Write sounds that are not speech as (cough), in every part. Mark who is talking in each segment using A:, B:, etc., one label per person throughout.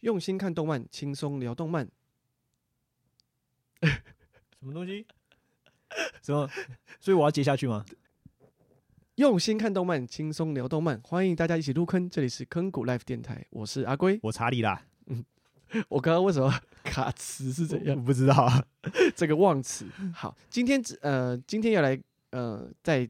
A: 用心看动漫，轻松聊动漫。
B: 什么东西？什么？所以我要接下去吗？
A: 用心看动漫，轻松聊动漫。欢迎大家一起入坑，这里是坑谷 Life 电台，我是阿
B: (laughs)
A: 龟。
B: 我查理啦，
A: 我刚刚为什么卡词是怎
B: 我
A: 样？
B: 不知道啊。
A: (laughs) 这个忘词。好，今天只呃，今天要来呃，再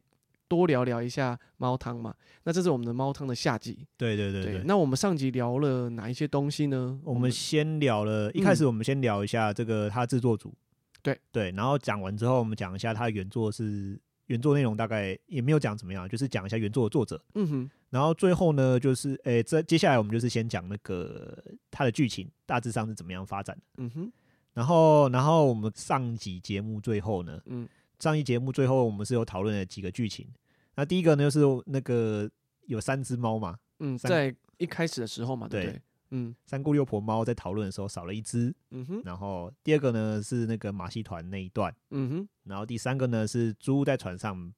A: 多聊聊一下猫汤嘛。那这是我们的猫汤的下集。
B: 对对对对，
A: 那我们上集聊了哪一些东西呢？
B: 我们先聊了，一开始我们先聊一下这个他制作组，
A: 嗯对
B: 对，然后讲完之后，我们讲一下他原作是原作内容，大概也没有讲怎么样，就是讲一下原作的作者。
A: 嗯哼，
B: 然后最后呢，就是诶，这接下来我们就是先讲那个它的剧情大致上是怎么样发展的。
A: 嗯哼，
B: 然后，然后我们上集节目最后呢，
A: 嗯，
B: 上一节目最后我们是有讨论了几个剧情。那第一个呢，就是那个有三只猫嘛，
A: 嗯，
B: 三个
A: 在一开始的时候嘛，对不
B: 对
A: 对？嗯
B: 三姑六婆猫在讨论的时候少了一只。
A: 嗯哼
B: 然后第二个呢是那个马戏团那一段，
A: 嗯哼
B: 然后第三个呢是猪在船上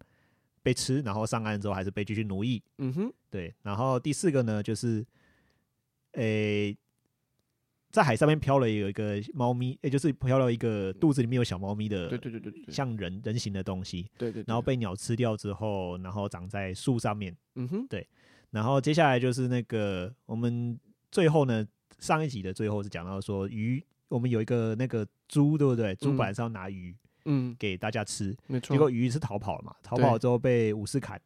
B: 被吃，然后上岸之后还是被继续奴役。
A: 嗯哼
B: 对，然后第四个呢，就是，诶、在海上面漂了有一个猫咪，也、就是漂了一个肚子里面有小猫咪的，
A: 对对对对对，对
B: 像人人形的东西，
A: 对对，对
B: 呃然后被鸟吃掉之后，然后长在树上面，
A: 嗯哼
B: 然后接下来就是那个我们最后呢，上一集的最后是讲到说鱼，我们有一个那个猪，对不对？猪
A: 嗯
B: 本来是要拿鱼
A: 嗯，
B: 给大家吃，
A: 没
B: 结果
A: 错，
B: 鱼是逃跑了嘛，逃
A: 对
B: 跑之后被武士砍。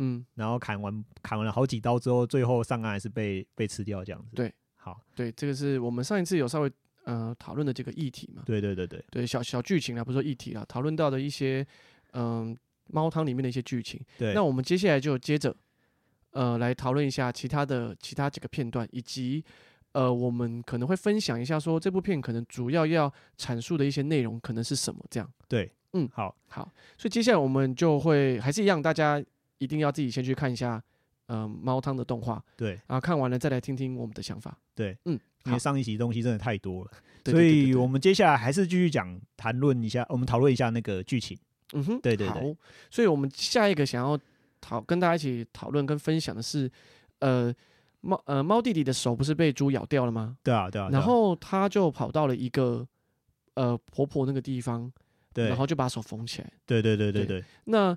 A: 嗯
B: 然后砍完砍完了好几刀之后，最后上岸还是被被吃掉这样子。
A: 对，
B: 好，
A: 对，这个是我们上一次有稍微呃讨论的这个议题嘛，
B: 对对对对
A: 对小小剧情啦，不是说议题啦，讨论到的一些嗯猫汤里面的一些剧情。
B: 对。
A: 那我们接下来就接着呃来讨论一下其他的其他几个片段，以及呃我们可能会分享一下说这部片可能主要要阐述的一些内容可能是什么这样。
B: 对，
A: 嗯
B: 好，
A: 好，所以接下来我们就会还是一样，大家一定要自己先去看一下嗯、呃猫汤的动画，
B: 对
A: 然后看完了再来听听我们的想法。
B: 对，
A: 嗯，
B: 因为
A: 好，
B: 上一集东西真的太多了，
A: 对
B: 所
A: 对对对
B: 以
A: 对
B: 我们接下来还是继续讲谈论一下，我们讨论一下那个剧情。
A: 嗯哼，
B: 对对对
A: 好，所以我们下一个想要讨跟大家一起讨论跟分享的是，呃，猫呃猫弟弟的手不是被猪咬掉了吗？
B: 对啊，对啊。对啊
A: 然后他就跑到了一个呃婆婆那个地方，
B: 对
A: 然，后就把手缝起来。
B: 对对对对对，
A: 那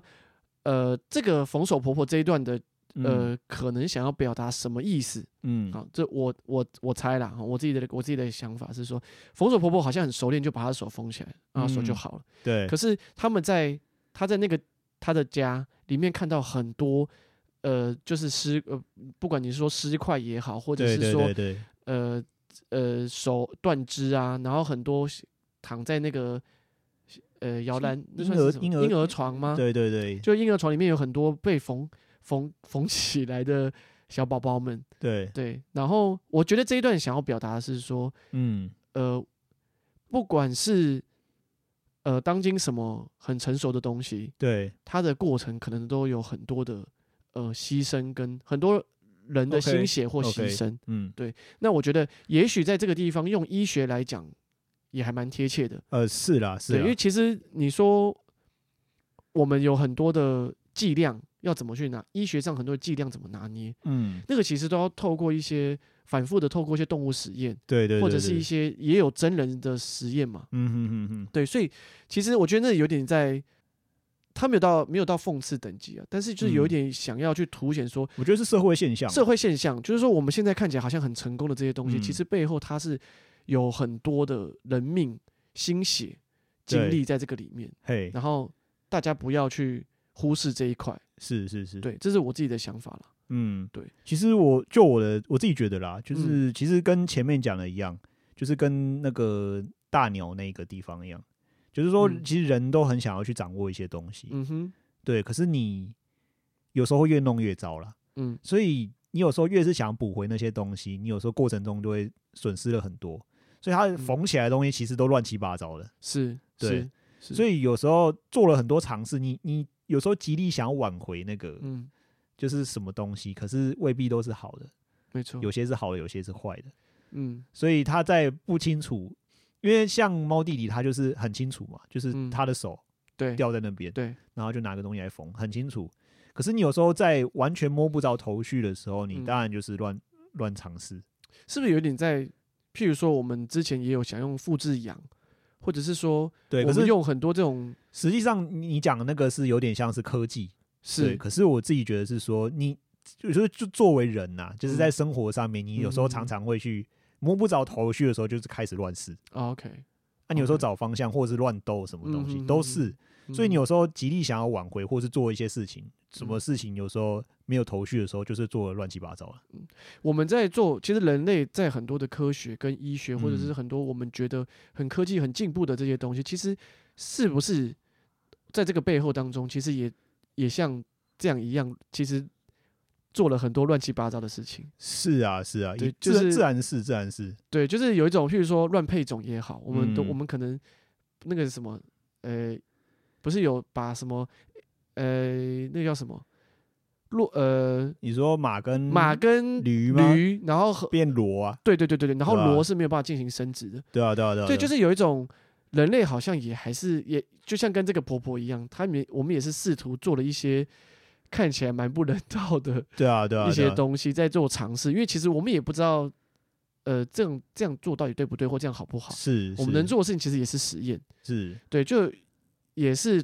A: 呃，这个缝手婆婆这一段的
B: 嗯
A: 呃，可能想要表达什么意思？
B: 嗯，
A: 好，这我我我猜啦，我自己的我自己的想法是说，缝手婆婆好像很熟练，就把她的手缝起来，然后手就
B: 嗯
A: 好了。
B: 对
A: 可是他们在他在那个他的家里面看到很多，呃，就是尸呃，不管你是说尸块也好，或者
B: 对
A: 是
B: 对
A: 说
B: 对对，
A: 呃呃手断肢啊，然后很多躺在那个呃摇篮，那算
B: 婴儿
A: 是什么
B: 婴儿
A: 婴儿床吗？
B: 对对对
A: 啊就婴儿床里面有很多被缝缝缝起来的小宝宝们。
B: 对，
A: 对，然后我觉得这一段想要表达的是说，
B: 嗯，
A: 呃，不管是呃当今什么很成熟的东西，
B: 对
A: 它的过程可能都有很多的呃牺牲跟很多人的
B: OK，
A: 心血或
B: OK
A: 牺牲。
B: 嗯
A: 那我觉得，也许在这个地方用医学来讲，也还蛮贴切的。
B: 呃是啦是
A: 对，因
B: 啦
A: 为，其实你说我们有很多的剂量要怎么去拿，医学上很多的剂量怎么拿捏，
B: 嗯
A: 那个其实都要透过一些反复的透过一些动物实验，
B: 对对，对
A: 或者是
B: 对
A: 一些也有真人的实验嘛。
B: 嗯哼哼哼，
A: 对，所以其实我觉得那有点在，他没有到没有到讽刺等级啊，但是就是有
B: 嗯
A: 一点想要去凸显说
B: 我觉得是社会现象啊，
A: 社会现象，就是说我们现在看起来好像很成功的这些东西，
B: 嗯
A: 其实背后它是有很多的人命、心血、经
B: 对
A: 历在这个里面，
B: 嘿，
A: 然后大家不要去忽视这一块，
B: 是是是，
A: 对，这是我自己的想法了。
B: 嗯，
A: 对。嗯
B: 其实我就我的我自己觉得啦，就是、其实跟前面讲的一样，就是跟那个大鸟那个地方一样，就是说
A: 嗯
B: 其实人都很想要去掌握一些东西，
A: 嗯哼，
B: 对。可是你有时候会越弄越糟啦，
A: 嗯
B: 所以你有时候越是想补回那些东西，你有时候过程中就会损失了很多，所
A: 嗯
B: 以它缝起来的东西其实都乱七八糟的。
A: 是，
B: 对
A: 是，是
B: 所
A: 以
B: 以有时候做了很多尝试，你你有时候极力想要挽回那个
A: 嗯，
B: 就是什么东西，可是未必都是好的。
A: 没错，
B: 有些是好的，有些是坏的，
A: 嗯
B: 所以他在不清楚，因为像猫弟弟他就是很清楚嘛，就是
A: 嗯
B: 他的手
A: 对
B: 掉在那边，
A: 对，
B: 然后就拿个东西来缝，很清楚。可是你有时候在完全摸不着头绪的时候，你
A: 嗯
B: 当然就是乱乱尝试，
A: 是不是有点在譬如说，我们之前也有想用复制羊，或者是说，
B: 对，
A: 我
B: 可
A: 们
B: 是
A: 用很多这种
B: 实际上你讲的那个是有点像是科技，对
A: 是
B: 可是我自己觉得是说，你就是就作为人呐、就是在
A: 嗯
B: 生活上面，你有时候常
A: 嗯
B: 常会去摸不着头绪的时候，就是开始乱试。啊
A: 哦 OK，
B: 那、你有时候
A: OK
B: 找方向，或者是乱斗什么东西，
A: 哦嗯
B: 都
A: 嗯
B: 是。
A: 嗯
B: 所以你有时候极力想要挽回，或是做一些事情，什么
A: 嗯
B: 事情有时候没有头绪的时候，就是做的乱七八糟了。
A: 嗯我们在做，其实人类在很多的科学跟医学，或者是
B: 嗯
A: 很多我们觉得很科技很进步的这些东西，其实是不是在这个背后当中，其实也也像这样一样，其实做了很多乱七八糟的事情。
B: 是啊，是啊，
A: 对
B: 也
A: 就
B: 自
A: 是
B: 自然是自然是，
A: 对，就是有一种，譬如说乱配种也好，我们都、
B: 嗯
A: 我们可能那个什么，呃，不是有把什么，呃，那个叫什么，骆呃
B: 你说马跟
A: 马跟
B: 驴吗？
A: 驴，然后和
B: 变骡啊，
A: 对对对对对，然后
B: 对啊
A: 骡是没有办法进行生殖的。
B: 对啊，对啊，对啊，
A: 对，就是是有一种人类好像也还是也就像跟这个婆婆一样，他们也我们也是试图做了一些看起来蛮不人道的
B: 对啊，对啊，
A: 一
B: 对
A: 些
B: 啊
A: 东西在做尝试，因为其实我们也不知道，呃，这样这样做到底对不对或这样好不好。
B: 是
A: 我们
B: 是
A: 能做的事情其实也是实验，
B: 是
A: 对，就也是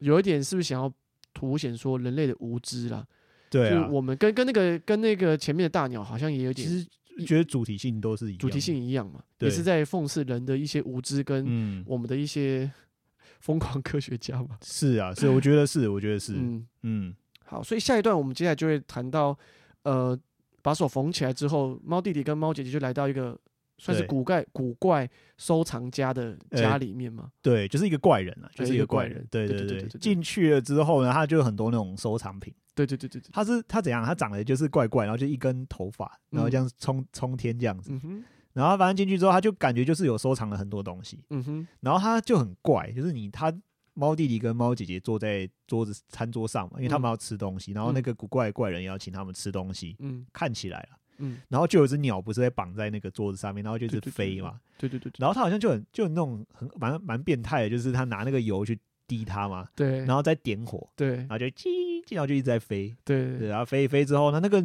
A: 有一点是不是想要凸显说人类的无知啦？
B: 对啊
A: 就。我们跟跟那个跟那个前面的大鸟好像也有
B: 其
A: 点
B: 实觉得主题性都是一样的，
A: 主题性一样嘛，也是
B: 对
A: 在讽刺人的一些无知跟
B: 嗯，
A: 我们的一些 (laughs) 疯狂科学家嘛。
B: 是啊，是我觉得是，我觉得是，嗯
A: 嗯，好，所以下一段我们接下来就会谈到，呃，把手缝起来之后，猫弟弟跟猫姐姐就来到一个算是
B: 对
A: 古怪古怪收藏家的
B: 呃
A: 家里面嘛。
B: 对，就是一个怪人啊，就是
A: 一
B: 一
A: 个
B: 个怪
A: 怪人
B: 人，对
A: 对对对
B: 对
A: 对对
B: 进去了之后呢，他就有很多那种收藏品，
A: 对对对对对，
B: 他是他怎样，他长得就是怪怪，然后就一根头发，然后这样冲冲天这样子，
A: 嗯哼，
B: 然后反正进去之后，他就感觉就是有收藏了很多东西，
A: 嗯哼，
B: 然后他就很怪，就是你他。猫弟弟跟猫姐姐坐在桌子餐桌上嘛，因为
A: 嗯
B: 他们要吃东西，然后那个古怪的怪人也要请他们吃东西，
A: 嗯
B: 看起来啊，
A: 嗯，
B: 然后就有一只鸟不是被绑在那个桌子上面，然后就一直
A: 对对对
B: 飞嘛，
A: 对对对对
B: 然后他好像就很就有那种很蛮蛮变态的，就是他拿那个油去滴它嘛，
A: 对，
B: 然后再点火，
A: 对
B: 然后就叽，然后就一直在飞，
A: 对
B: 对，
A: 对
B: 然后飞一飞之后呢，那个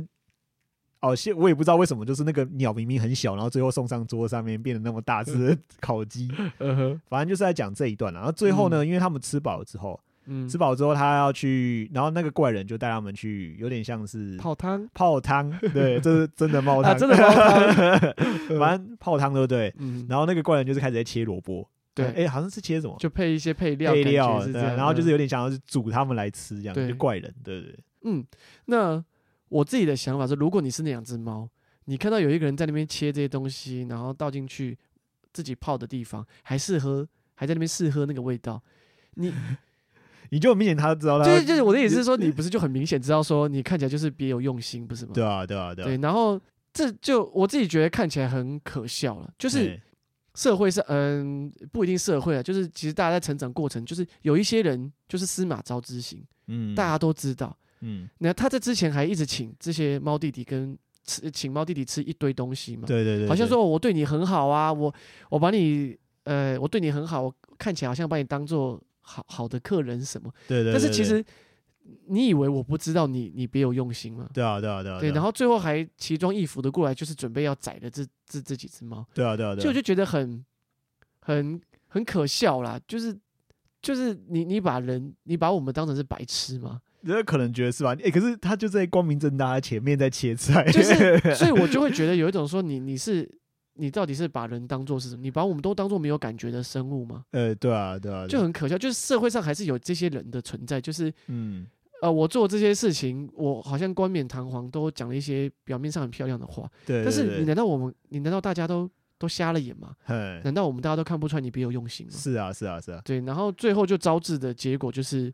B: 哦，现我也不知道为什么，就是那个鸟明明很小，然后最后送上桌上面变得那么大只的 (laughs) 烤鸡，
A: 嗯哼，
B: 反正就是在讲这一段啦然后最后呢，因为他们吃饱了之后，
A: 嗯
B: 吃，饱之后他要去，然后那个怪人就带他们去，有点像是
A: 泡汤
B: 泡汤，
A: (laughs)
B: 对，这是真的冒
A: 啊，
B: 汤，
A: 真的泡汤，
B: (laughs) 反正泡汤对不对？
A: 嗯，
B: 然后那个怪人就是开始在切萝卜，哎、
A: 对，
B: 好像是切什么
A: 就配一些配料，
B: 配
A: 感觉
B: 料，
A: 是这
B: 对啊
A: 样，
B: 然后就是
A: 嗯
B: 有点想要去煮他们来吃，这样
A: 对
B: 就怪人，对对对，
A: 嗯，那我自己的想法是，如果你是那两只猫，你看到有一个人在那边切这些东西，然后倒进去自己泡的地方，还试喝，还在那边试喝那个味道，
B: (laughs)
A: 你
B: 你就很明显他知道他，
A: 就是就是我的意思是说，你不是就很明显知道说你看起来就是别有用心，不是吗？
B: 对啊对啊对啊，
A: 对，然后这就我自己觉得看起来很可笑了，就是
B: 哎
A: 社会上，嗯，不一定社会啊，就是其实大家在成长过程，就是有一些人就是司马昭之心，
B: 嗯
A: 大家都知道。
B: 嗯，
A: 那他在之前还一直请这些猫弟弟跟吃请猫弟弟吃一堆东西嘛，
B: 对对对，
A: 好像
B: 对
A: 说我对你很好啊，我我把你呃我对你很好，我看起来好像把你当做好好的客人什么，
B: 对对，
A: 但是
B: 对
A: 其
B: 对
A: 实你以为我不知道你你别有用心吗？
B: 对啊对啊对啊，
A: 对，然
B: 后
A: 后最后还奇装异服的过来，就是准备要宰了这这这几只猫，
B: 对啊对啊
A: 所以我
B: 对啊，
A: 就觉得很很很可笑啦，就是就是你你把人你把我们当成是白痴吗？
B: 人家可能觉得是吧？哎，可是他就在光明正大的前面在切菜，
A: 就是，
B: (laughs)
A: 所以我就会觉得有一种说你你是你到底是把人当做是什么？你把我们都当做没有感觉的生物吗？
B: 呃，对啊对啊，对
A: 就很可笑。就是社会上还是有这些人的存在，就是
B: 嗯
A: 呃，我做这些事情，我好像冠冕堂皇都讲了一些表面上很漂亮的嗯话，
B: 对，对
A: 但是
B: 对
A: 你难道我们你难道大家都都瞎了眼吗？
B: 嘿
A: 难道我们大家都看不穿你别有用心吗？
B: 是啊是啊是啊，
A: 对，然后最后就招致的结果就是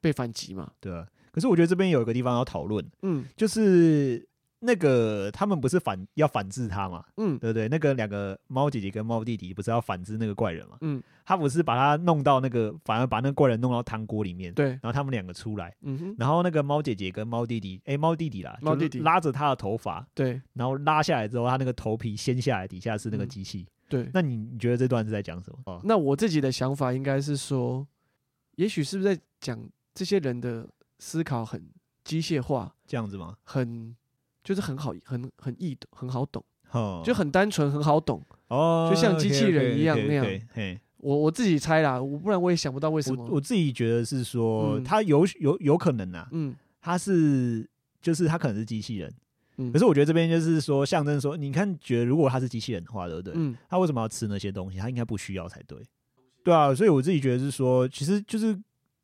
A: 被反击嘛。
B: 对啊，可是我觉得这边有一个地方要讨论，
A: 嗯
B: 就是那个他们不是反要反制他嘛？
A: 嗯
B: 对不对？那个两个猫姐姐跟猫弟弟不是要反制那个怪人嘛？
A: 嗯，
B: 他不是把他弄到那个，反而把那个怪人弄到汤锅里面，
A: 对，
B: 然后他们两个出来，
A: 嗯哼，
B: 然后那个猫姐姐跟猫弟弟，哎，猫弟弟啦，
A: 猫
B: 就是
A: 弟弟
B: 拉着他的头发，
A: 对
B: 然后拉下来之后，他那个头皮掀下来，底下是那个
A: 嗯
B: 机器。
A: 对。
B: 那你你觉得这段是在讲什么？哦，
A: 那我自己的想法应该是说，也许是不是在讲这些人的思考很机械化，
B: 这样子吗？
A: 很就是很好，很很易懂，很好懂。
B: 哼
A: (laughs) 就很单纯，很好懂。
B: 哦，
A: 就像机器人
B: OK，OK，OK，
A: 一样那样
B: OK，嘿，
A: 我我自己猜啦，我不然我也想不到为什
B: 我
A: 么。
B: 我自己觉得是说，
A: 嗯
B: 他有有有可能啊，
A: 嗯
B: 他是就是他可能是机器人，
A: 嗯，
B: 可是我觉得这边就是说象征说，你看，觉得如果他是机器人的话，对不对？
A: 嗯
B: 他为什么要吃那些东西？他应该不需要才对。对啊，所以我自己觉得是说，其实就是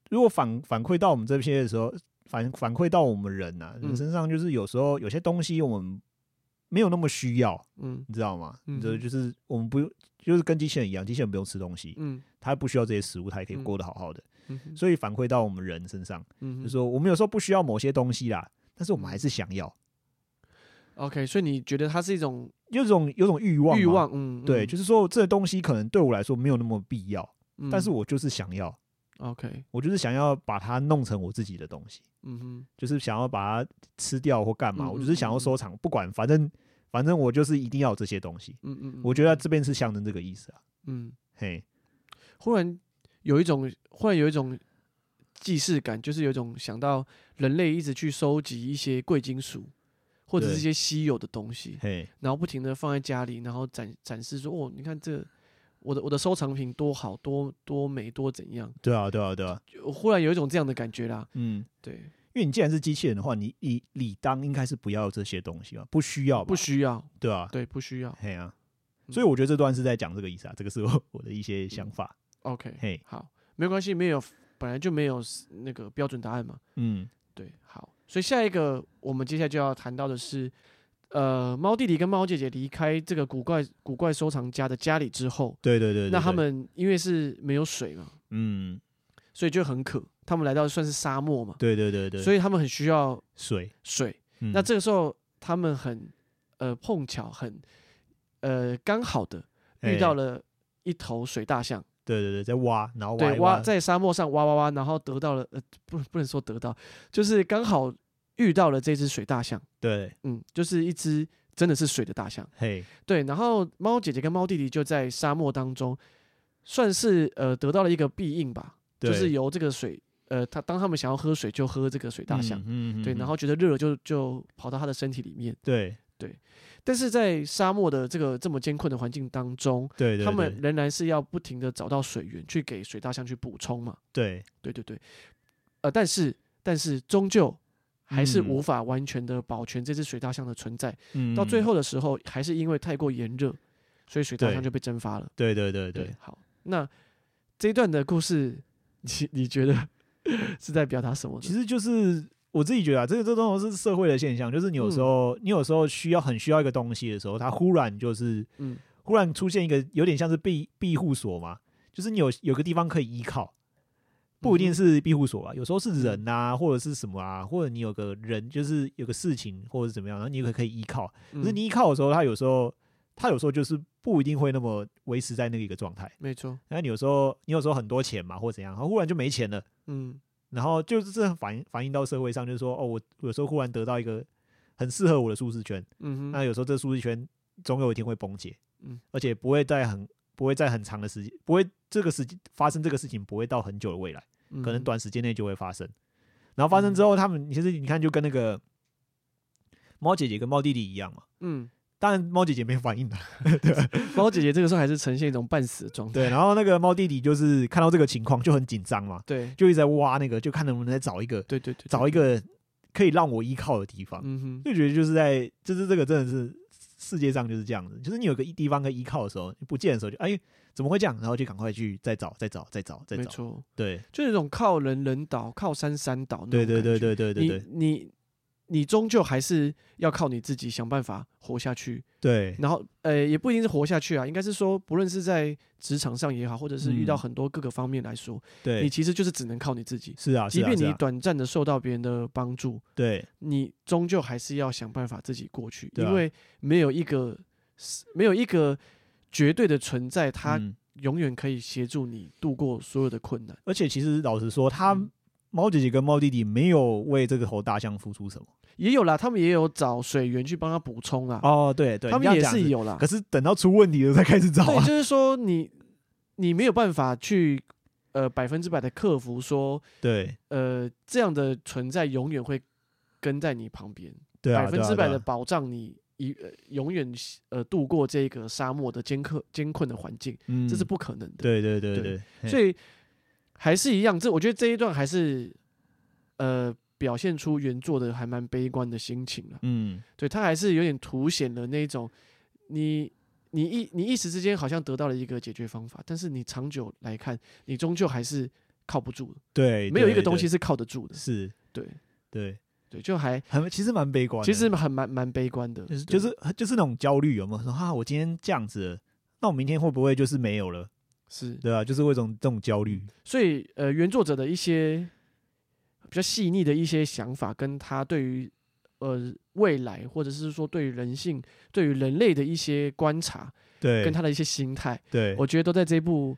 B: 如果反反馈到我们这些的时候，反反馈到我们人呐、啊、
A: 嗯
B: 身上，就是有时候有些东西我们没有那么需要，
A: 嗯
B: 你知道吗？
A: 嗯
B: 就就是我们不用，就是跟机器人一样，机器人不用吃东西，
A: 嗯
B: 它不需要这些食物，它也可以
A: 嗯
B: 过得好好的。
A: 嗯哼，
B: 所以反馈到我们人身上，
A: 嗯
B: 就
A: 哼
B: 是说我们有时候不需要某些东西啦，但是我们还是想要，
A: OK，所以你觉得它是一种
B: 有种有种欲望嘛，
A: 欲望？嗯，
B: 对，
A: 嗯
B: 就是说这东西可能对我来说没有那么必要，
A: 嗯
B: 但是我就是想要，
A: OK，
B: 我就是想要把它弄成我自己的东西，
A: 嗯哼，
B: 就是想要把它吃掉或干嘛，
A: 嗯
B: 我就是想要收藏，不管反正反正我就是一定要有这些东西。
A: 嗯嗯，嗯
B: 我觉得这边是象征这个意思啊，
A: 嗯，
B: 嘿，
A: 忽然有一种，忽然有一种既视感，就是有一种想到人类一直去收集一些贵金属，或者是
B: 对
A: 一些稀有的东西，
B: 嘿，
A: 然后不停的放在家里，然后展展示说，哦，你看这我的我的收藏品多好多多美多怎样，
B: 对啊，对啊，对啊，
A: 就忽然有一种这样的感觉啦。
B: 嗯，
A: 对，
B: 因为你既然是机器人的话，你理理当应该是不要这些东西啊，不需要吧，
A: 不需要，
B: 对啊，
A: 对，不需要。
B: 嘿啊，
A: 嗯
B: 所以我觉得这段是在讲这个意思啊，这个是我我的一些想法，
A: OK，
B: 嘿，
A: 好，没关系，没有，本来就没有那个标准答案嘛。
B: 嗯，
A: 对，好，所以下一个我们接下来就要谈到的是，呃，猫弟弟跟猫姐姐离开这个古怪古怪收藏家的家里之后，
B: 对对对对
A: 那他
B: 对
A: 们因为是没有水嘛，
B: 嗯，
A: 所以就很渴，他们来到算是沙漠嘛，
B: 对对对对，
A: 所
B: 以
A: 以他们很需要
B: 水，
A: 水。
B: 嗯
A: 那这个时候他们很呃碰巧很呃刚好的遇到
B: 了，
A: 了一头水大象，
B: 对对对，在挖，然后挖
A: 对，
B: 一
A: 挖在沙漠上挖挖挖，然后得到了呃不不能说得到，就是刚好遇到了这只水大象。
B: 对，
A: 嗯，就是一只真的是水的大象。
B: 嘿，
A: 对，然后猫姐姐跟猫弟弟就在沙漠当中，算是呃得到了一个庇应吧，
B: 对
A: 就是由这个水，呃，他当他们想要喝水就喝这个水大象，
B: 嗯，嗯
A: 对，然后觉得热了就就跑到它的身体里面。
B: 对
A: 但是在沙漠的这个这么艰困的环境当中，
B: 对对，
A: 他们
B: 对
A: 仍然是要不停的找到水源去给水大象去补充嘛。
B: 对
A: 对对对，呃，但是但是终究还是
B: 嗯
A: 无法完全的保全这只水大象的存在。
B: 嗯
A: 到最
B: 嗯
A: 后的时候，还是因为太过炎热，所以水大
B: 对
A: 象就被蒸发了。
B: 对对对对，
A: 好，那这一段的故事，你你觉得 (laughs) 是在表达什么呢？
B: 其实就是。我自己觉得啊，这个这东西是社会的现象，就是你
A: 嗯
B: 有时候、你有时候需要很需要一个东西的时候，它忽然就是
A: 嗯
B: 忽然出现一个有点像是庇庇护所嘛，就是你有有个地方可以依靠，不一定
A: 嗯
B: 是庇护所吧，有时候是人啊，或者是什么啊，或者你有个人就是有个事情或者是怎么样，然后你可可以依靠。
A: 哼，
B: 可是
A: 嗯
B: 你依靠的时候，他有时候他有时候就是不一定会那么维持在那个一个状态。
A: 没错，
B: 然后你有时候你有时候很多钱嘛，或怎样，然后忽然就没钱了，
A: 嗯
B: 然后就是这反映反映到社会上，就是说哦，我我有时候忽然得到一个很适合我的舒适圈，
A: 嗯
B: 那
A: 哼，
B: 有时候这舒适圈总有一天会崩解，
A: 嗯
B: 而且不会在很不会在很长的时间，不会这个时间发生这个事情不会到很久的未来，
A: 嗯
B: 可能
A: 哼
B: 短时间内就会发生。然后发生之后，他们其实你看就跟那个猫姐姐跟猫弟弟一样嘛，
A: 嗯，
B: 当然猫姐姐没反应啦，
A: 猫姐姐这个时候还是呈现一种半死的状态。
B: 对，然后那个猫弟弟就是看到这个情况就很紧张嘛，
A: 对
B: 就一直在挖那个，就看能不能再找一个
A: 对对对，
B: 找一
A: 对，
B: 个可以让我依靠的地方。
A: 嗯哼，
B: 就觉得就是在，就是这个真的是世界上就是这样子，就是你有个地方可以依靠的时候，你不见的时候就哎怎么会这样，然后就赶快去再找再找再找再
A: 没
B: 找，
A: 错，
B: 对
A: 就是那种靠人人倒，靠山山倒。
B: 对对对，对对对对
A: 你你你终究还是要靠你自己想办法活下去。
B: 对
A: 然后呃，也不一定是活下去啊，应该是说，不论是在职场上也好，或者是遇到
B: 嗯
A: 很多各个方面来说，你
B: 对，
A: 其实就是只能靠你自己。
B: 是啊，
A: 即
B: 是啊
A: 便
B: 是
A: 你
B: 啊
A: 短暂的受到别人的帮助，
B: 对
A: 你终究还是要想办法自己过去，
B: 对啊
A: 因为没有一个没有一个绝对的存在，它
B: 嗯
A: 永远可以协助你度过所有的困难。
B: 而且其实老实说，他
A: 嗯
B: 猫姐姐跟猫弟弟没有为这个头大象付出什么
A: 也有啦，他们也有找水源去帮他补充啦，
B: 哦，对对，
A: 他
B: 你
A: 们
B: 这
A: 也
B: 样讲
A: 是有啦
B: 可。是等到出问题了才开始找
A: 对，
B: 啊，
A: 就是说你你没有办法去呃百分之百的克服说
B: 对
A: 呃，这样的存在永远会跟在你旁边，
B: 对啊，
A: 百分
B: 对啊
A: 之百
B: 对
A: 的
B: 啊
A: 保障你一呃永远呃度过这个沙漠的艰刻艰困的环境，
B: 嗯
A: 这是不可能的。
B: 对对对
A: 对
B: 对，嘿
A: 所以还是一样，这我觉得这一段还是呃表现出原作的还蛮悲观的心情了。
B: 嗯
A: 对他还是有点凸显了那种你你一你一时之间好像得到了一个解决方法，但是你长久来看，你终究还是靠不住的，
B: 对，
A: 没有一个
B: 对
A: 东西
B: 对
A: 是靠得住的。
B: 是，
A: 对
B: 对，
A: 对，就还
B: 很其实蛮悲观
A: 其
B: 的，
A: 实还蛮蛮悲观的，
B: 就是
A: 对
B: 就是就是那种焦虑，有没有说啊，我今天这样子了，那我明天会不会就是没有了？
A: 是
B: 对啊，就是会有一种这种焦虑，
A: 所以呃，原作者的一些比较细腻的一些想法，跟他对于呃未来，或者是说对于人性、对于人类的一些观察，
B: 对，
A: 跟他的一些心态，
B: 对，
A: 我觉得都在这一部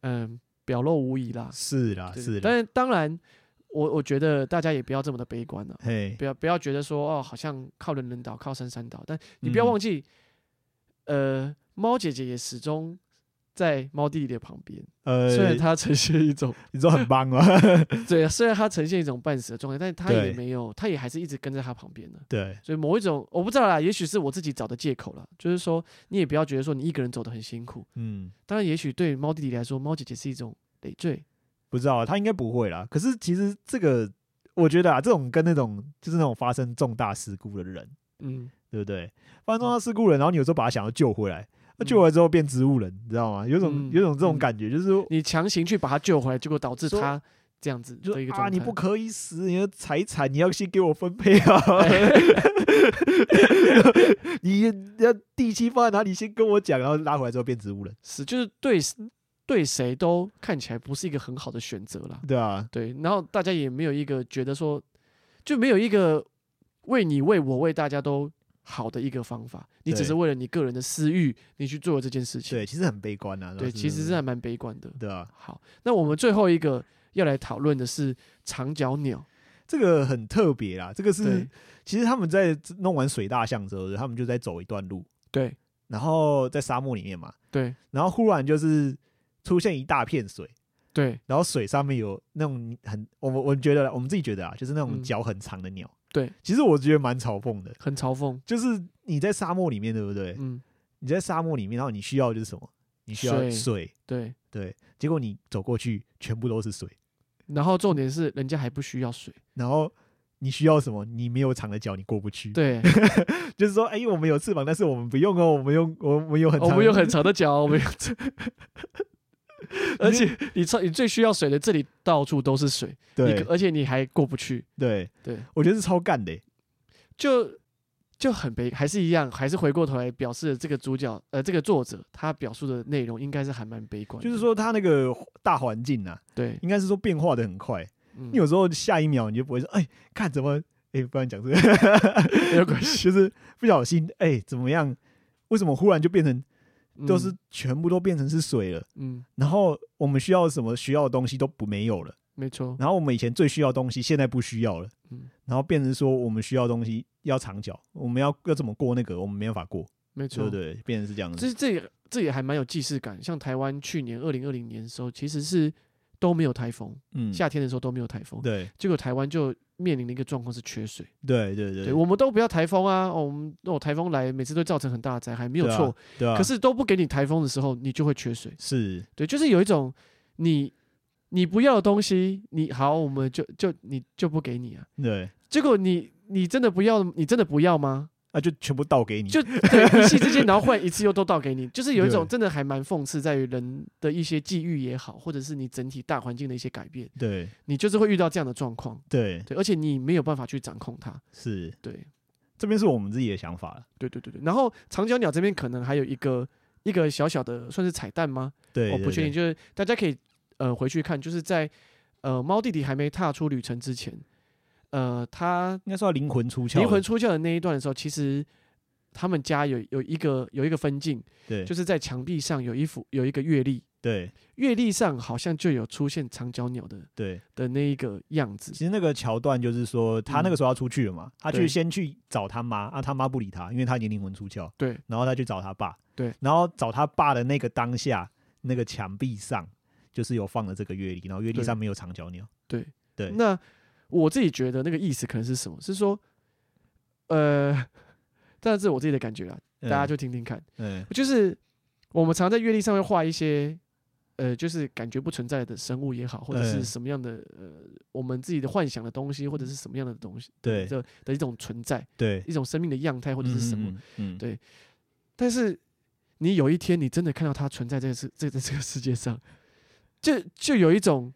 A: 嗯、表露无遗啦。
B: 是啦
A: 对
B: 是啦，
A: 但是当然，我我觉得大家也不要这么的悲观了、啊
B: 嘿
A: 不，要不要觉得说哦，好像靠人人岛、靠山山岛，但你不要
B: 嗯
A: 忘记，呃，猫姐姐也始终在猫弟弟的旁边，
B: 呃，
A: 虽然它呈现一
B: (laughs)
A: 种。
B: 你说
A: (laughs)
B: 很棒吗？啊
A: 对，啊虽然他呈现一种半死的状态，但他也
B: 对
A: 没有，他也还是一直跟在他旁边的。
B: 对，
A: 所以某一种我不知道啦，也许是我自己找的借口啦。就是说，你也不要觉得说你一个人走得很辛苦。
B: 嗯，
A: 当然，也许对猫弟弟来说，猫姐姐是一种累赘。
B: 不知道啊他应该不会啦。可是其实这个，我觉得啊，这种跟那种就是那种发生重大事故的人，
A: 嗯，
B: 对不对？发生重大事故的人，然后你有时候把他想要救回来，那救回来之后变植物人，你知道吗？有种
A: 嗯
B: 有种这种
A: 嗯
B: 感觉，就是说
A: 你强行去把他救回来，结果导致
B: 说
A: 他这样子
B: 就
A: 的一个状态。
B: 啊，你不可以死，你的财产你要先给我分配
A: (laughs)
B: 啊！你要地契放在哪里，先跟我讲，然后拉回来之后变植物人，
A: 是，就是对对谁都看起来不是一个很好的选择啦。
B: 对啊，
A: 对，然后大家也没有一个觉得说，就没有一个为你、为我、为大家都好的一个方法。你只
B: 对
A: 是为了你个人的私欲，你去做这件事情。
B: 对，其实很悲观啊，
A: 对，其实是还蛮悲观的。
B: 对啊，
A: 好，那我们最后一个要来讨论的是长脚鸟。
B: 这个很特别啦，这个是
A: 对
B: 其实他们在弄完水大象之后，他们就在走一段路，
A: 对
B: 然后在沙漠里面嘛，
A: 对
B: 然后忽然就是出现一大片水，
A: 对
B: 然后水上面有那种很，我们我们觉得啦我们自己觉得啊，就是那种
A: 嗯
B: 脚很长的鸟，
A: 对，
B: 其实我觉得蛮嘲讽的。
A: 很嘲讽。
B: 就是你在沙漠里面，对不对？
A: 嗯，
B: 你在沙漠里面，然后你需要就是什么？你需要
A: 水
B: 水，
A: 对。
B: 对。结果你走过去，全部都是水，
A: 然后重点是，人家还不需要水。
B: 然后你需要什么？你没有长的脚，你过不去。，
A: 对，
B: 就是说，哎、我们有翅膀，但是我们不用哦，我们用我们有很
A: 哦我
B: 长，
A: 们有很长的脚，我们
B: (laughs)
A: 有而且你超你最需要水的，这里到处都是水，你
B: 对
A: 而且你还过不去。
B: 对，
A: 对，
B: 我觉得是超干的、
A: 就就很悲，还是一样，还是回过头来表示这个主角，呃，这个作者他表述的内容应该是还蛮悲观的，
B: 就是说它那个大环境啊，
A: 对，
B: 应该是说变化的很快。
A: 嗯
B: 你有时候下一秒你就不会说，哎、看怎么，哎、不然讲这个，
A: (laughs) 有关系，
B: 就是不小心，哎、怎么样？为什么忽然就变成 (laughs)
A: 嗯
B: 都是全部都变成是水了？
A: 嗯，嗯，
B: 然后我们需要什么需要的东西都不没有了，
A: 没错，
B: 然后我们以前最需要的东西现在不需要了，
A: 嗯
B: 然后变成说我们需要的东西要长脚，我们要要怎么过那个我们没办法过，
A: 没
B: 对
A: 错，
B: 不对？变成是这样子，
A: 这这也这也还蛮有既视感，像台湾去年二零二零年的时候，其实是都没有台风，
B: 嗯，
A: 夏天的时候都没有台风，
B: 对
A: 结果台湾就面临了一个状况是缺水，
B: 对对
A: 对
B: 对，
A: 我们都不要台风啊，哦我们哦台风来每次都造成很大的灾害，没
B: 没
A: 有错，，
B: 对啊，
A: 可是都不给你台风的时候，你就会缺水。
B: 是
A: 对，就是有一种你你不要的东西，你好，我们就就你就不给你啊。
B: 对，
A: 结果你你真的不要，你真的不要吗？
B: 那就全部倒给你，
A: 就对一夕之间，然后换一次又都倒给你，就是有一种
B: 对
A: 真的还蛮讽刺，在于人的一些际遇也好，或者是你整体大环境的一些改变，
B: 对
A: 你就是会遇到这样的状况。
B: 对
A: 对，而且你没有办法去掌控它。
B: 是，
A: 对，
B: 这边是我们自己的想法了，
A: 对对对对。然后长脚鸟这边可能还有一个一个小小的算是彩蛋吗？
B: 对，
A: 哦我不
B: 对
A: 确定，，
B: 对
A: 就是大家可以呃回去看，就是在呃猫弟弟还没踏出旅程之前，呃他
B: 应该说要灵魂出窍了，
A: 灵魂出窍的那一段的时候，其实他们家有有一个有一个分镜，
B: 对，
A: 就是在墙壁上有一幅有一个月历，
B: 对
A: 月历上好像就有出现长脚鸟的
B: 对，
A: 的那一个样子
B: 其，实那个桥段就是说，他那个时候要出去了嘛，他
A: 嗯对
B: 去先去找他妈，啊，他妈不理他，因为他已经灵魂出窍，
A: 对，
B: 然后他去找他爸，
A: 对，
B: 然后找他爸的那个当下，那个墙壁上就是有放了这个月历，然后月历
A: 对
B: 上面有长脚鸟，
A: 对
B: 对
A: 那我自己觉得那个意思可能是什么？是说，呃，但是我自己的感觉啦，大
B: 嗯
A: 家就听听看。
B: 嗯
A: 就是我们常在阅历上面画一些，呃，就是感觉不存在的生物也好，或者是
B: 嗯
A: 什么样的呃，我们自己的幻想的东西，或者是什么样的东西，
B: 对
A: 的的一种存在，
B: 对，
A: 一种生命的样态或
B: 或
A: 者是什么。？
B: 嗯，嗯
A: 对但是你有一天你真的看到它存在在这世这在这个世界上，就就有一种，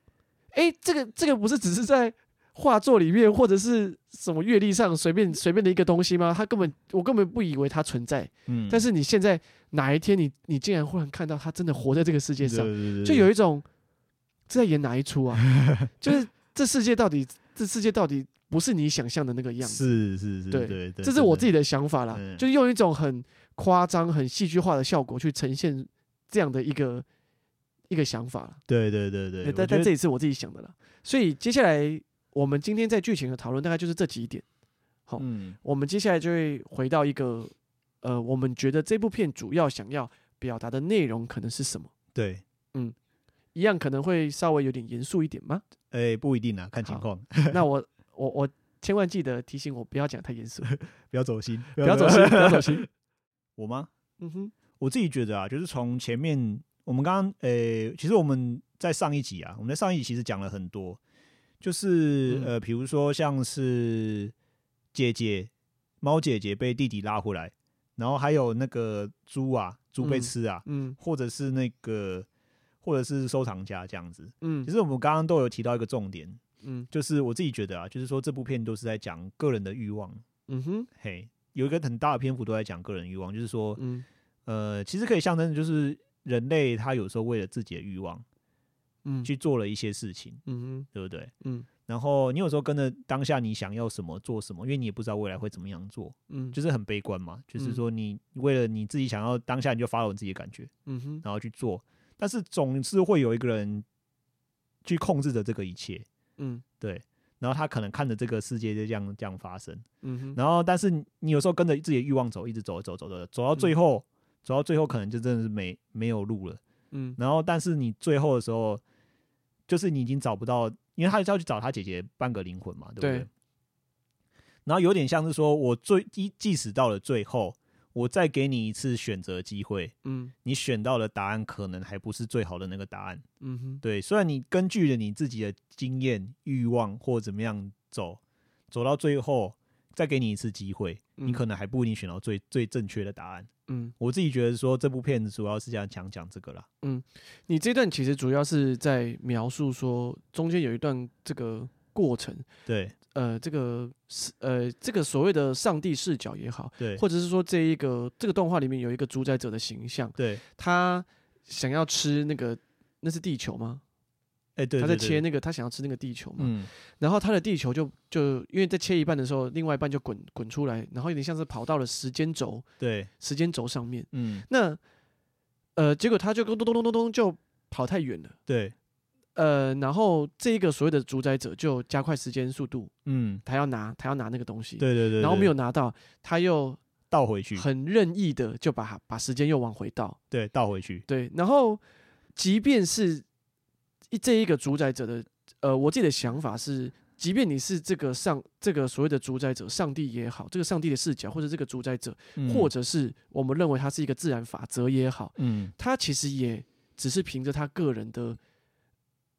A: 哎、这个这个不是只是在。画作里面或者是什么阅历上随便随便的一个东西吗？它根本我根本不以为它存在，
B: 嗯
A: 但是你现在哪一天你你竟然忽然看到他真的活在这个世界上，就
B: 一
A: 有一种这在演哪一出啊？ (laughs) 就是这世界到底这世界到底不是你想象的那个样子，
B: 是是是，
A: 对
B: 对，
A: 这是我自己
B: 己
A: 的想法啦，
B: 嗯
A: 就是用一种很夸张、很戏剧化的效果去呈现这样的一个一个想法啦。
B: 对对对对，
A: 对
B: 我
A: 但
B: 觉
A: 但
B: 得
A: 这也是我自己想的啦。所以接下来我们今天在剧情的讨论大概就是这几点。好
B: 嗯
A: 我们接下来就会回到一个，呃，我们觉得这部片主要想要表达的内容可能是什么？
B: 对，
A: 一样可能会稍微有点严肃一点
B: (laughs)
A: 吗？
B: 哎不一定啊，看情
A: 好
B: 况，
A: 那我我我千万记得提醒我不要讲太严
B: (laughs)
A: 肃，
B: 不要走心，不
A: 不要走心，不要走
B: (laughs)
A: 心。
B: 我吗？
A: 嗯哼，
B: 我自己觉得啊，就是从前面我们刚刚呃，其实我们在上一集啊，我们在上一集其实讲了很多，就是、
A: 嗯
B: 呃，比如说像是姐姐猫姐姐被弟弟拉回来，然后还有那个猪啊，猪被
A: 嗯
B: 吃啊，
A: 嗯
B: 或者是那个或者是收藏家这样子。
A: 嗯
B: 其实我们刚刚都有提到一个重点，
A: 嗯
B: 就是我自己觉得啊，就是说这部片都是在讲个人的欲望，
A: 嗯哼
B: 嘿，有一个很大的篇幅都在讲个人欲望，就是说，
A: 嗯
B: 呃，其实可以象征的就是人类他有时候为了自己的欲望
A: 嗯
B: 去做了一些事情，
A: 嗯哼
B: 对不对？
A: 嗯
B: 然后你有时候跟着当下你想要什么做什么，因为你也不知道未来会怎么样做，
A: 嗯
B: 就是很悲观嘛。就是
A: 嗯
B: 说你为了你自己想要当下你就发了你自己的感觉，
A: 嗯哼
B: 然后去做，但是总是会有一个人去控制着这个一切，
A: 嗯
B: 对。然后他可能看着这个世界就这样这样发生，
A: 嗯哼
B: 然后但是你你有时候跟着自己的欲望走，一直走走走走走到最
A: 嗯
B: 后，走到最后可能就真的是没没有路了。
A: 嗯
B: 然后但是你最后的时候，就是你已经找不到，因为他是要去找他姐姐半个灵魂嘛，对不对？
A: 对
B: 然后有点像是说，我最一即使到了最后，我再给你一次选择机会，
A: 嗯
B: 你选到的答案可能还不是最好的那个答案。
A: 嗯哼
B: 对，虽然你根据了你自己的经验、欲望或怎么样走，走到最后，再给你一次机会，你
A: 嗯
B: 可能还不一定选到最最正确的答案。
A: 嗯，
B: 我自己觉得说，这部片子主要是想讲讲这个啦。
A: 你这段其实主要是在描述说中间有一段这个过程，
B: 对
A: 呃，这个是呃这个所谓的上帝视角也好，
B: 对
A: 或者是说这一个这个动画里面有一个主宰者的形象，
B: 对，
A: 他想要吃那个那是地球吗？
B: 哎对，
A: 他在
B: 对
A: 切，
B: 对
A: 那个他想要吃那个地球嘛，
B: 嗯，
A: 然后他的地球就就因为在切一半的时候，另外一半就滚滚出来，然后有点像是跑到了时间轴
B: 对，
A: 时间轴上面，
B: 嗯
A: 那呃结果他就咚咚咚咚咚就跑太远了。
B: 对，
A: 呃，然后这一个所谓的主宰者就加快时间速度，
B: 嗯
A: 他要拿他要拿那个东西，
B: 对对对，
A: 然后
B: 对
A: 没有拿到，他又
B: 倒回去，
A: 很任意的就把把时间又往回倒，
B: 对，倒回去，
A: 对，然后即便是一这一个主宰者的，呃，我自己的想法是，即便你是这个上这个所谓的主宰者，上帝也好，这个上帝的视角，或者这个主宰者，
B: 嗯
A: 或者是我们认为他是一个自然法则也好，
B: 嗯
A: 他其实也只是凭着他个人的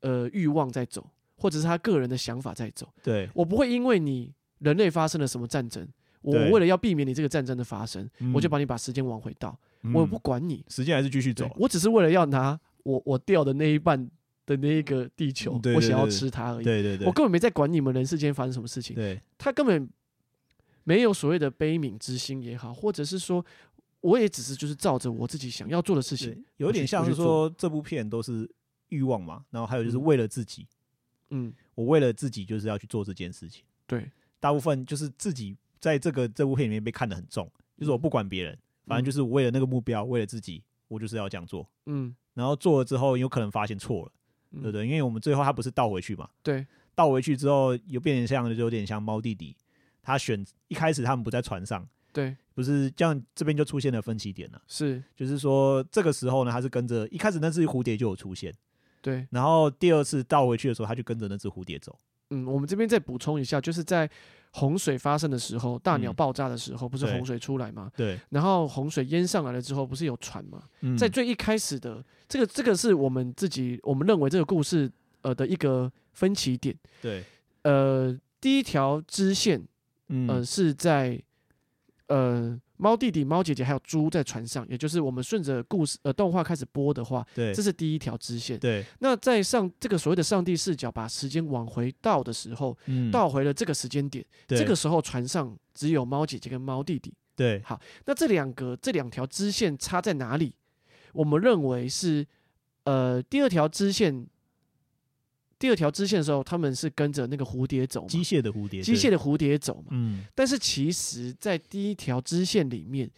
A: 呃欲望在走，或者是他个人的想法在走。
B: 对，
A: 我不会因为你人类发生了什么战争，我
B: 对
A: 为了要避免你这个战争的发生，我就
B: 嗯
A: 把你把时间往回倒，我不
B: 嗯
A: 管你，
B: 时间还是继续
A: 对
B: 走，
A: 我只是为了要拿我我掉的那一半的那一个地球，
B: 嗯对
A: 我
B: 对
A: 想要
B: 对
A: 吃它而已。
B: 对对对，
A: 我根本没在管你们人世间发生什么事情，
B: 对
A: 他根本没有所谓的悲悯之心也好，或者是说，我也只是就是照着我自己想要做的事情，
B: 对，有
A: 我
B: 点
A: 去
B: 像
A: 我
B: 是
A: 去做
B: 说这部片都是欲望嘛，然后还有就是
A: 嗯
B: 为了自己，
A: 嗯，
B: 我为了自己就是要去做这件事情，
A: 对，
B: 大部分就是自己在这个这部片里面被看得很重，就是我不管别人，反
A: 嗯
B: 正就是我为了那个目标，为了自己，我就是要这样做。
A: 嗯，
B: 然后做了之后，有可能发现错了，
A: 嗯
B: 对不对？因为我们最后他不是倒回去嘛，
A: 对，
B: 倒回去之后有变成像，就有点像猫弟弟，他选一开始他们不在船上，
A: 对，
B: 不是这样，这边就出现了分歧点了。
A: 是，
B: 就是说这个时候呢，他是跟着一开始那只蝴蝶就有出现，
A: 对，
B: 然后第二次倒回去的时候，他就跟着那只蝴蝶走。
A: 嗯，我们这边再补充一下，就是在洪水发生的时候，大鸟
B: 嗯
A: 爆炸的时候，不是
B: 对
A: 洪水出来吗？
B: 对，
A: 然后洪水淹上来了之后，不是有船吗？
B: 嗯
A: 在最一开始的这个，这个是我们自己我们认为这个故事呃的一个分歧点。
B: 对，
A: 呃，第一条支线呃
B: 嗯
A: 是在呃猫弟弟、猫姐姐还有猪在船上，也就是我们顺着故事呃动画开始播的话，
B: 对
A: 这是第一条支线。
B: 对，
A: 那在上这个所谓的上帝视角，把时间往回倒的时候，
B: 嗯
A: 倒回了这个时间点，
B: 对
A: 这个时候船上只有猫姐姐跟猫弟弟。
B: 对
A: 那这两个这两条支线差在哪里？我们认为是，呃，第二条支线，第二条支线的时候，他们是跟着那个蝴蝶走嘛，
B: 机械的蝴蝶，
A: 机械
B: 的，
A: 的蝴蝶走嘛。
B: 嗯，
A: 但是其实，在第一条支线里面，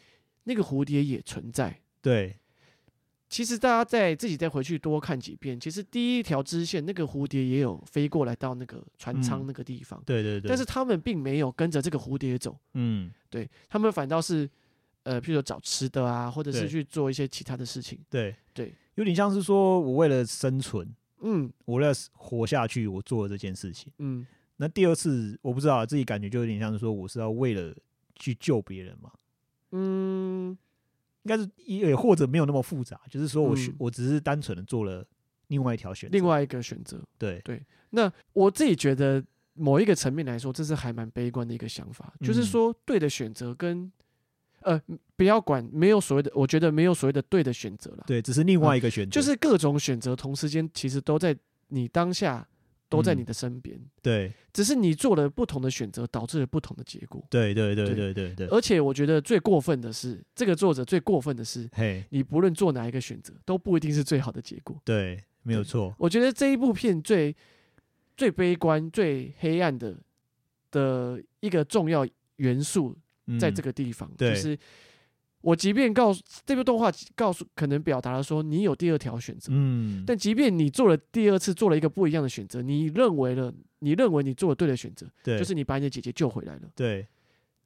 A: 那个蝴蝶也存在。
B: 对
A: 其实大家再自己再回去多看几遍，其实第一条支线那个蝴蝶也有飞过来到那个船舱
B: 嗯
A: 那个地方，
B: 对对对，
A: 但是他们并没有跟着这个蝴蝶走，
B: 嗯
A: 对他们反倒是呃，譬如说找吃的啊，或者是
B: 对
A: 去做一些其他的事情。
B: 对
A: 对，
B: 有点像是说我为了生存，
A: 嗯
B: 我为了活下去，我做了这件事情。
A: 嗯，
B: 那第二次我不知道，自己感觉就有点像是说我是要为了去救别人嘛，
A: 嗯，
B: 应该是也或者没有那么复杂，就是说我、选
A: 嗯
B: 我只是单纯的做了另外一条选择，
A: 另外一个选择。
B: 对
A: 那我自己觉得某一个层面来说，这是还蛮悲观的一个想法，就是
B: 嗯
A: 说对的选择跟呃不要管没有所谓的，我觉得没有所谓的对的选择啦，
B: 对，只是另外一个选
A: 嗯
B: 择，
A: 就是各种选择同时间其实都在你当下都在
B: 嗯
A: 你的身边，
B: 对
A: 只是你做了不同的选择，导致了不同的结果。
B: 对对对
A: 对
B: 对对对，
A: 而且我觉得最过分的是，这个作者最过分的是，
B: 嘿，
A: 你不论做哪一个选择，都不一定是最好的结果。
B: 对，没有错，
A: 我觉得这一部片最最悲观、最黑暗的的一个重要元素，在这
B: 个
A: 个地方，就
B: 嗯对
A: 是我即便告诉这部动画告诉可能表达了说你有第二条选择，
B: 嗯，
A: 但即便你做了第二次做了一个不一样的选择，你认为了你认为你做了对的选择，
B: 对
A: 就是你把你的姐姐救回来了，
B: 对，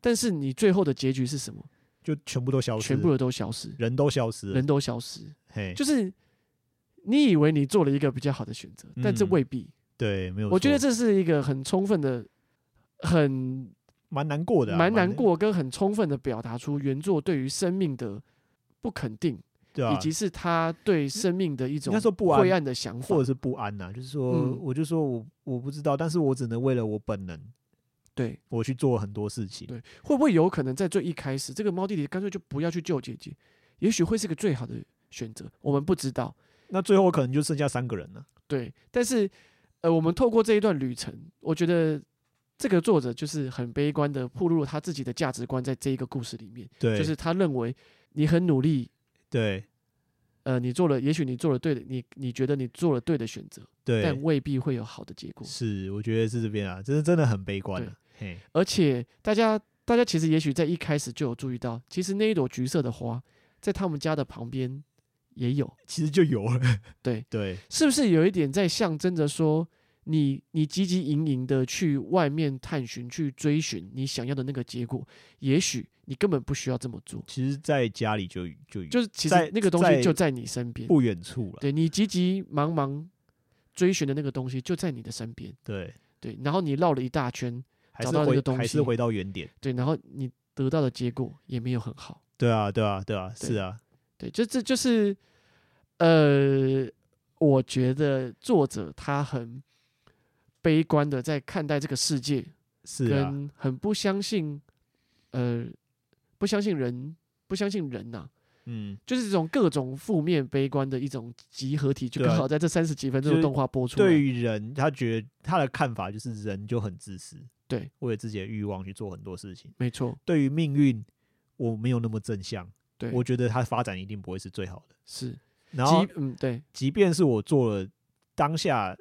A: 但是你最后的结局是什么？
B: 就全部都消失，
A: 全部的都消失，
B: 人都消失了，
A: 人都消失，
B: 嘿，
A: 就是你以为你做了一个比较好的选择，但这
B: 嗯
A: 未必。
B: 对，没有错，
A: 我觉得这是一个很充分的、很
B: 蛮难过的啊，
A: 蛮难，过，跟很充分的表达出原作对于生命的不肯定，
B: 对啊，
A: 以及是他对生命的一种
B: 应该说不安
A: 晦暗的想法
B: 或者。是不安呐、就是说，
A: 嗯
B: 我就说我我不知道，但是我只能为了我本能，
A: 对
B: 我去做很多事情。
A: 对，会不会有可能在最一开始，这个猫弟弟干脆就不要去救姐姐，也许会是个最好的选择，我们不知道。
B: 那最后可能就剩下三个人了。
A: 对，但是呃，我们透过这一段旅程，我觉得。这个作者就是很悲观的，暴露了他自己的价值观在这一个故事里面，
B: 对，
A: 就是他认为你很努力，
B: 对
A: 呃，你做了，也许你做了对的，你你觉得你做了对的选择，但
B: 对，
A: 未必会有好的结果。
B: 是，我觉得是这边啊，真的真的很悲观啊。嘿，
A: 而且大家大家其实也许在一开始就有注意到，其实那一朵橘色的花在他们家的旁边也有，
B: 其实就有了。
A: 对
B: 对
A: 是不是有一点在象征着说，你你汲汲营营的去外面探寻，去追寻你想要的那个结果，也许你根本不需要这么做，
B: 其实在家里就就有，
A: 就是其
B: 在
A: 实那个东西
B: 在
A: 就在你身边，
B: 不远处了。
A: 对你急急忙忙追寻的那个东西就在你的身边。
B: 对，
A: 对，然后你绕了一大圈，
B: 还
A: 找
B: 是
A: 到那个东
B: 回还
A: 西
B: 是回到原点。
A: 对，然后你得到的结果也没有很好，
B: 对啊，对啊，对啊，
A: 对
B: 是啊，
A: 对，就这就是，呃，我觉得作者他很悲观的在看待这个世界，
B: 是啊，
A: 跟很不相信，呃，不相信人，不相信人呐、
B: 嗯，
A: 就是这种各种负面悲观的一种集合体，就
B: 对啊
A: 刚好在这三十几分钟
B: 就
A: 的
B: 是
A: 动画播出来。
B: 对于人，他觉得他的看法就是人就很自私，
A: 对，
B: 为了自己的欲望去做很多事情。
A: 没错，
B: 对于命运，我没有那么正向，
A: 对，
B: 我觉得它发展一定不会是最好的。
A: 是，
B: 然后
A: 即，嗯，对，
B: 即便是我做了当下，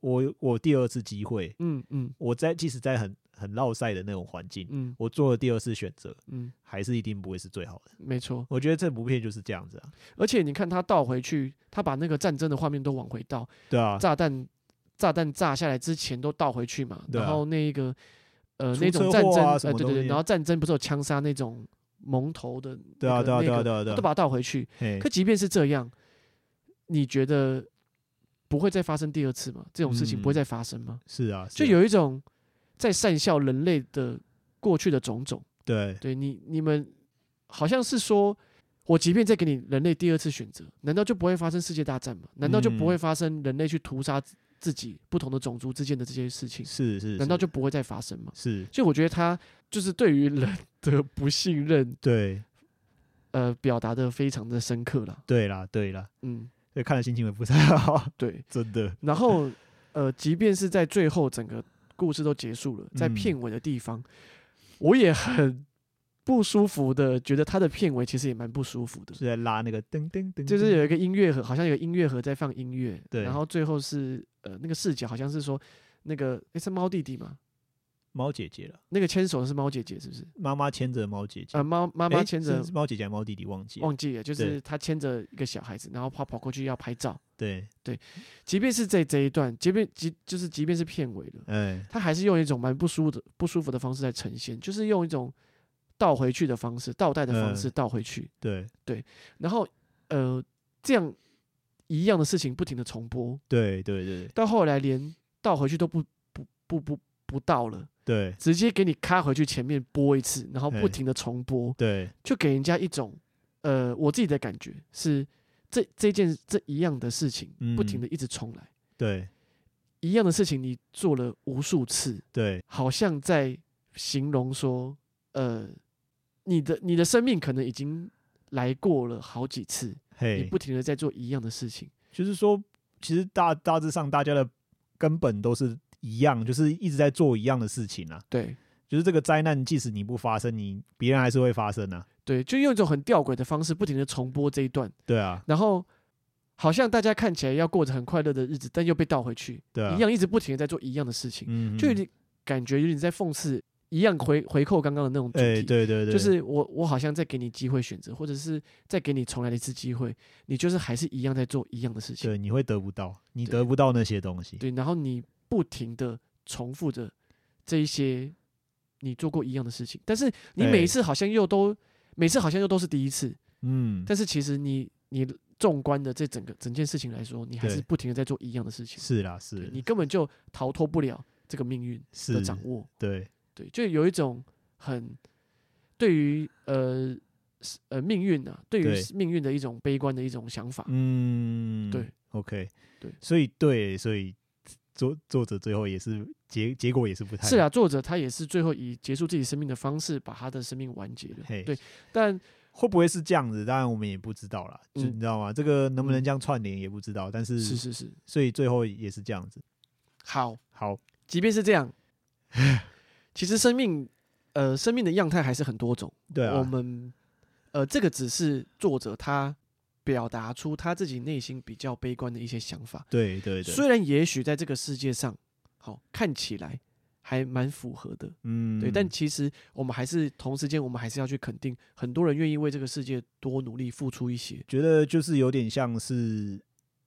B: 我我第二次机会，
A: 嗯嗯
B: 我在即使在很很落赛的那种环境，
A: 嗯
B: 我做了第二次选择，
A: 嗯，
B: 还是一定不会是最好的。
A: 没错。
B: 我觉得这部片就是这样子啊，
A: 而且你看他倒回去，他把那个战争的画面都往回倒，
B: 对啊，
A: 炸弹炸弹炸下来之前都倒回去嘛。
B: 对啊
A: 然后那一个呃
B: 出
A: 那种战
B: 车祸
A: 争，
B: 啊什
A: 呃
B: 么
A: 对对
B: 东
A: 对，
B: 西
A: 然后战争不是有枪杀那种蒙头的
B: 对
A: 那
B: 啊，
A: 个
B: 对啊，
A: 那
B: 对啊，
A: 个
B: 对啊，对
A: 他都
B: 啊，
A: 把它倒回去。
B: 嘿
A: 可即便是这样，你觉得不会再发生第二次吗？这种事情不会
B: 嗯
A: 再发生吗？
B: 是啊，
A: 就是
B: 啊
A: 有一种在善笑人类的过去的种种。
B: 对，
A: 对你，你们好像是说，我即便再给你人类第二次选择，难道就不会发生世界大战吗？难道就不会
B: 嗯
A: 发生人类去屠杀自自己不同的种族之间的这些事情？
B: 是是，
A: 难道
B: 是
A: 就不会再发生吗？
B: 是？
A: 所以我觉得他就是对于人的不信任，
B: 对
A: 呃，表达的非常的深刻了。
B: 对啦对啦，
A: 嗯，
B: 所以看了心情也不太好， (laughs)
A: 对。
B: 真的。
A: 然后，呃，即便是在最后整个故事都结束了，在
B: 嗯
A: 片尾的地方，我也很不舒服的，觉得他的片尾其实也蛮不舒服的。
B: 是在拉那个噔噔噔，
A: 就是
B: 噔
A: 有一个音乐盒，好像有个音乐盒在放音乐，
B: 对
A: 然后最后是呃那个视角好像是说那个诶是猫弟弟嘛，
B: 猫姐姐了，
A: 那个牵手的是猫姐姐是不是？
B: 妈妈牵着猫姐姐，
A: 呃，猫妈
B: 妈
A: 妈牵着
B: 猫姐姐还是猫弟弟忘记了，
A: 忘记了，就是她牵着一个小孩子，然后跑跑过去要拍照，
B: 对，
A: 即便是在这一段，即便即就是即便是片尾了，
B: 哎，
A: 他还是用一种蛮不舒服的不舒服的方式在呈现，就是用一种倒回去的方式，倒带的方
B: 嗯
A: 式倒回去，
B: 对
A: 然后呃这样一样的事情不停的重播，
B: 对对对
A: 到后来连倒回去都不不不不不倒了，
B: 对
A: 直接给你卡回去前面播一次，然后不
B: 哎
A: 停的重播，
B: 对，
A: 就给人家一种呃，我自己的感觉是这这件这一样的事情
B: 嗯
A: 不停的一直重来，
B: 对
A: 一样的事情你做了无数次，
B: 对
A: 好像在形容说呃，你的你的生命可能已经来过了好几次，你
B: 嘿，
A: 不停的在做一样的事情，
B: 就是说，其实大大致上大家的根本都是一样，就是一直在做一样的事情啊。
A: 对。
B: 就是这个灾难，即使你不发生，你别人还是会发生啊。
A: 对，就用一种很吊诡的方式，不停的重播这一段，
B: 对啊，
A: 然后好像大家看起来要过着很快乐的日子，但又被倒回去，
B: 对啊，
A: 一，样一直不停的在做一样的事情，
B: 嗯，
A: 就有
B: 嗯
A: 点感觉有点在讽刺，一样回回扣刚刚的那种主题。
B: 哎，对对对，
A: 就是我，我好像在给你机会选择，或者是再给你重来的一次机会，你就是还是一样在做一样的事情，
B: 对，你会得不到，你
A: 对
B: 得不到那些东西。
A: 对，然后你不停的重复着这一些你做过一样的事情，但是你每一
B: 哎
A: 次好像又都，每次好像又都是第一次，
B: 嗯，
A: 但是其实你你纵观的这整个整件事情来说，你还是
B: 对
A: 不停的在做一样的事情，
B: 是啦，
A: 对
B: 是
A: 你根本就逃脱不了这个命运的
B: 是，
A: 掌握。
B: 对
A: 对，就有一种很对于呃是呃命运啊，对于
B: 对
A: 命运的一种悲观的一种想法。
B: 嗯，
A: 啊对
B: ，OK，
A: 对
B: 所以对，所以作作者最后也是结结果也是不太
A: 是，啊，作者他也是最后以结束自己生命的方式把他的生命完结了。
B: 嘿
A: 对，但
B: 会不会是这样子？当然我们也不知道啦，就
A: 嗯
B: 你知道吗？这个能不能
A: 嗯
B: 这样串联也不知道，但是
A: 是是是，
B: 所以最后也是这样子。
A: 好，
B: 好，
A: 即便是这
B: (laughs)
A: 样，其实生命呃生命的样态还是很多种。
B: 对啊
A: 我，们呃，这个只是作者他表达出他自己内心比较悲观的一些想法。
B: 对对对，
A: 虽然也许在这个世界上，好看起来还蛮符合的，
B: 嗯，
A: 对，但其实我们还是同时间，我们还是要去肯定，很多人愿意为这个世界多努力付出一些。
B: 觉得就是有点像是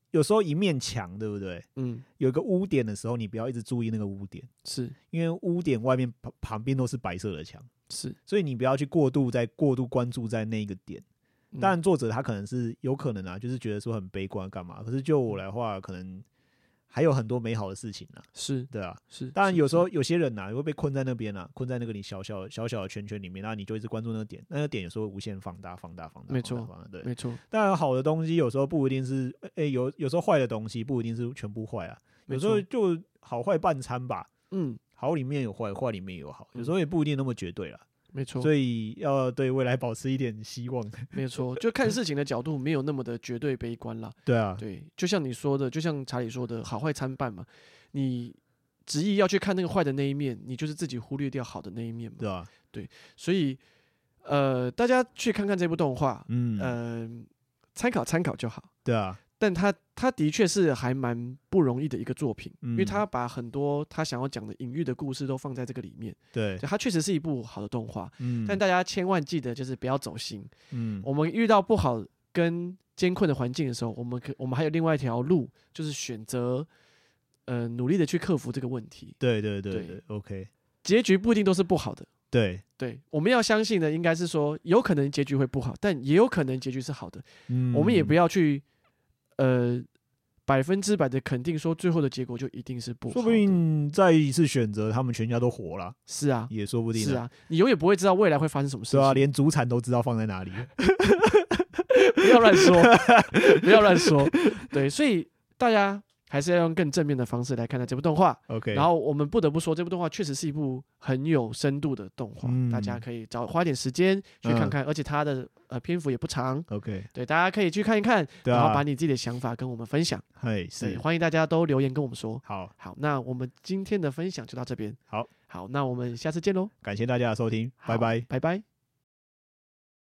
B: 有时候一面墙，对不对？
A: 嗯，
B: 有一个污点的时候，你不要一直注意那个污点，
A: 是
B: 因为污点外面旁旁边都是白色的墙。
A: 是，
B: 所以你不要去过度在过度关注在那一个点。
A: 嗯
B: 当然，作者他可能是有可能啊，就是觉得说很悲观干嘛。可是就
A: 嗯
B: 我来话，可能还有很多美好的事情啊，
A: 是
B: 对啊。
A: 是。
B: 当然，
A: 是
B: 有时
A: 是
B: 候有些人呐、啊、会被困在那边啊，困在那个你小小小小的圈圈里面，那你就一直关注那个点，那个点有时候无限放大、放大、放大，
A: 没错
B: 放大放大对。
A: 没错，
B: 当然，好的东西有时候不一定是，诶、有有时候坏的东西不一定是全部坏啊，
A: 没
B: 有时候
A: 错，
B: 就好坏半参吧，
A: 嗯，
B: 好里面有坏，坏里面有好，有
A: 嗯
B: 时候也不一定那么绝对啦。
A: 没错，
B: 所以要对未来保持一点希望。
A: 没错，就看事情的角度没有那么的绝对悲观啦。
B: (laughs) 对
A: (laughs)
B: 啊，
A: 对，就像你说的，就像查理说的，好坏参半嘛。你执意要去看那个坏的那一面，你就是自己忽略掉好的那一面嘛。
B: 对啊，
A: 所以，呃，大家去看看这部动画，
B: 嗯，
A: 嗯、参考参考就好。
B: 对啊，
A: 但他他的确是还蛮不容易的一个作品，因为
B: 嗯
A: 他把很多他想要讲的隐喻的故事都放在这个里面，
B: 对，
A: 它确实是一部好的动画。
B: 嗯，
A: 但大家千万记得，就是不要走心。
B: 嗯，
A: 我们遇到不好跟艰困的环境的时候，我们可我们还有另外一条路，就是选择呃努力的去克服这个问题。
B: 对对对
A: 对
B: 对，OK，
A: 结局不一定都是不好的，
B: 对，
A: 对，我们要相信的应该是说，有可能结局会不好，但也有可能结局是好的。
B: 嗯，
A: 我们也不要去呃百分之百的肯定说最后的结果就一定是不好的。
B: 说不定再一次选择，他们全家都活了，
A: 是啊，
B: 也说不定。
A: 是，啊，你永远不会知道未来会发生什么事
B: 是
A: 情。
B: 啊，连祖产都知道放在哪
A: (laughs)
B: 里。
A: 不要乱
B: (laughs)
A: 说，不要乱说。对，所以大家还是要用更正面的方式来看待这部动画。
B: OK，
A: 然后我们不得不说，这部动画确实是一部很有深度的动画，
B: 嗯
A: 大家可以找花点时间去看
B: 嗯
A: 看，而且它的呃篇幅也不长，
B: OK，
A: 对，大家可以去看一看，
B: 对
A: 然后把
B: 啊，
A: 你自己的想法跟我们分享，
B: 嘿，
A: 对，
B: 是
A: 欢迎大家都留言跟我们说。
B: 好，
A: 好，那我们今天的分享就到这边，
B: 好，
A: 好，那我们下次见喽，
B: 感谢大家的收听，
A: 好
B: 拜拜。
A: 拜拜。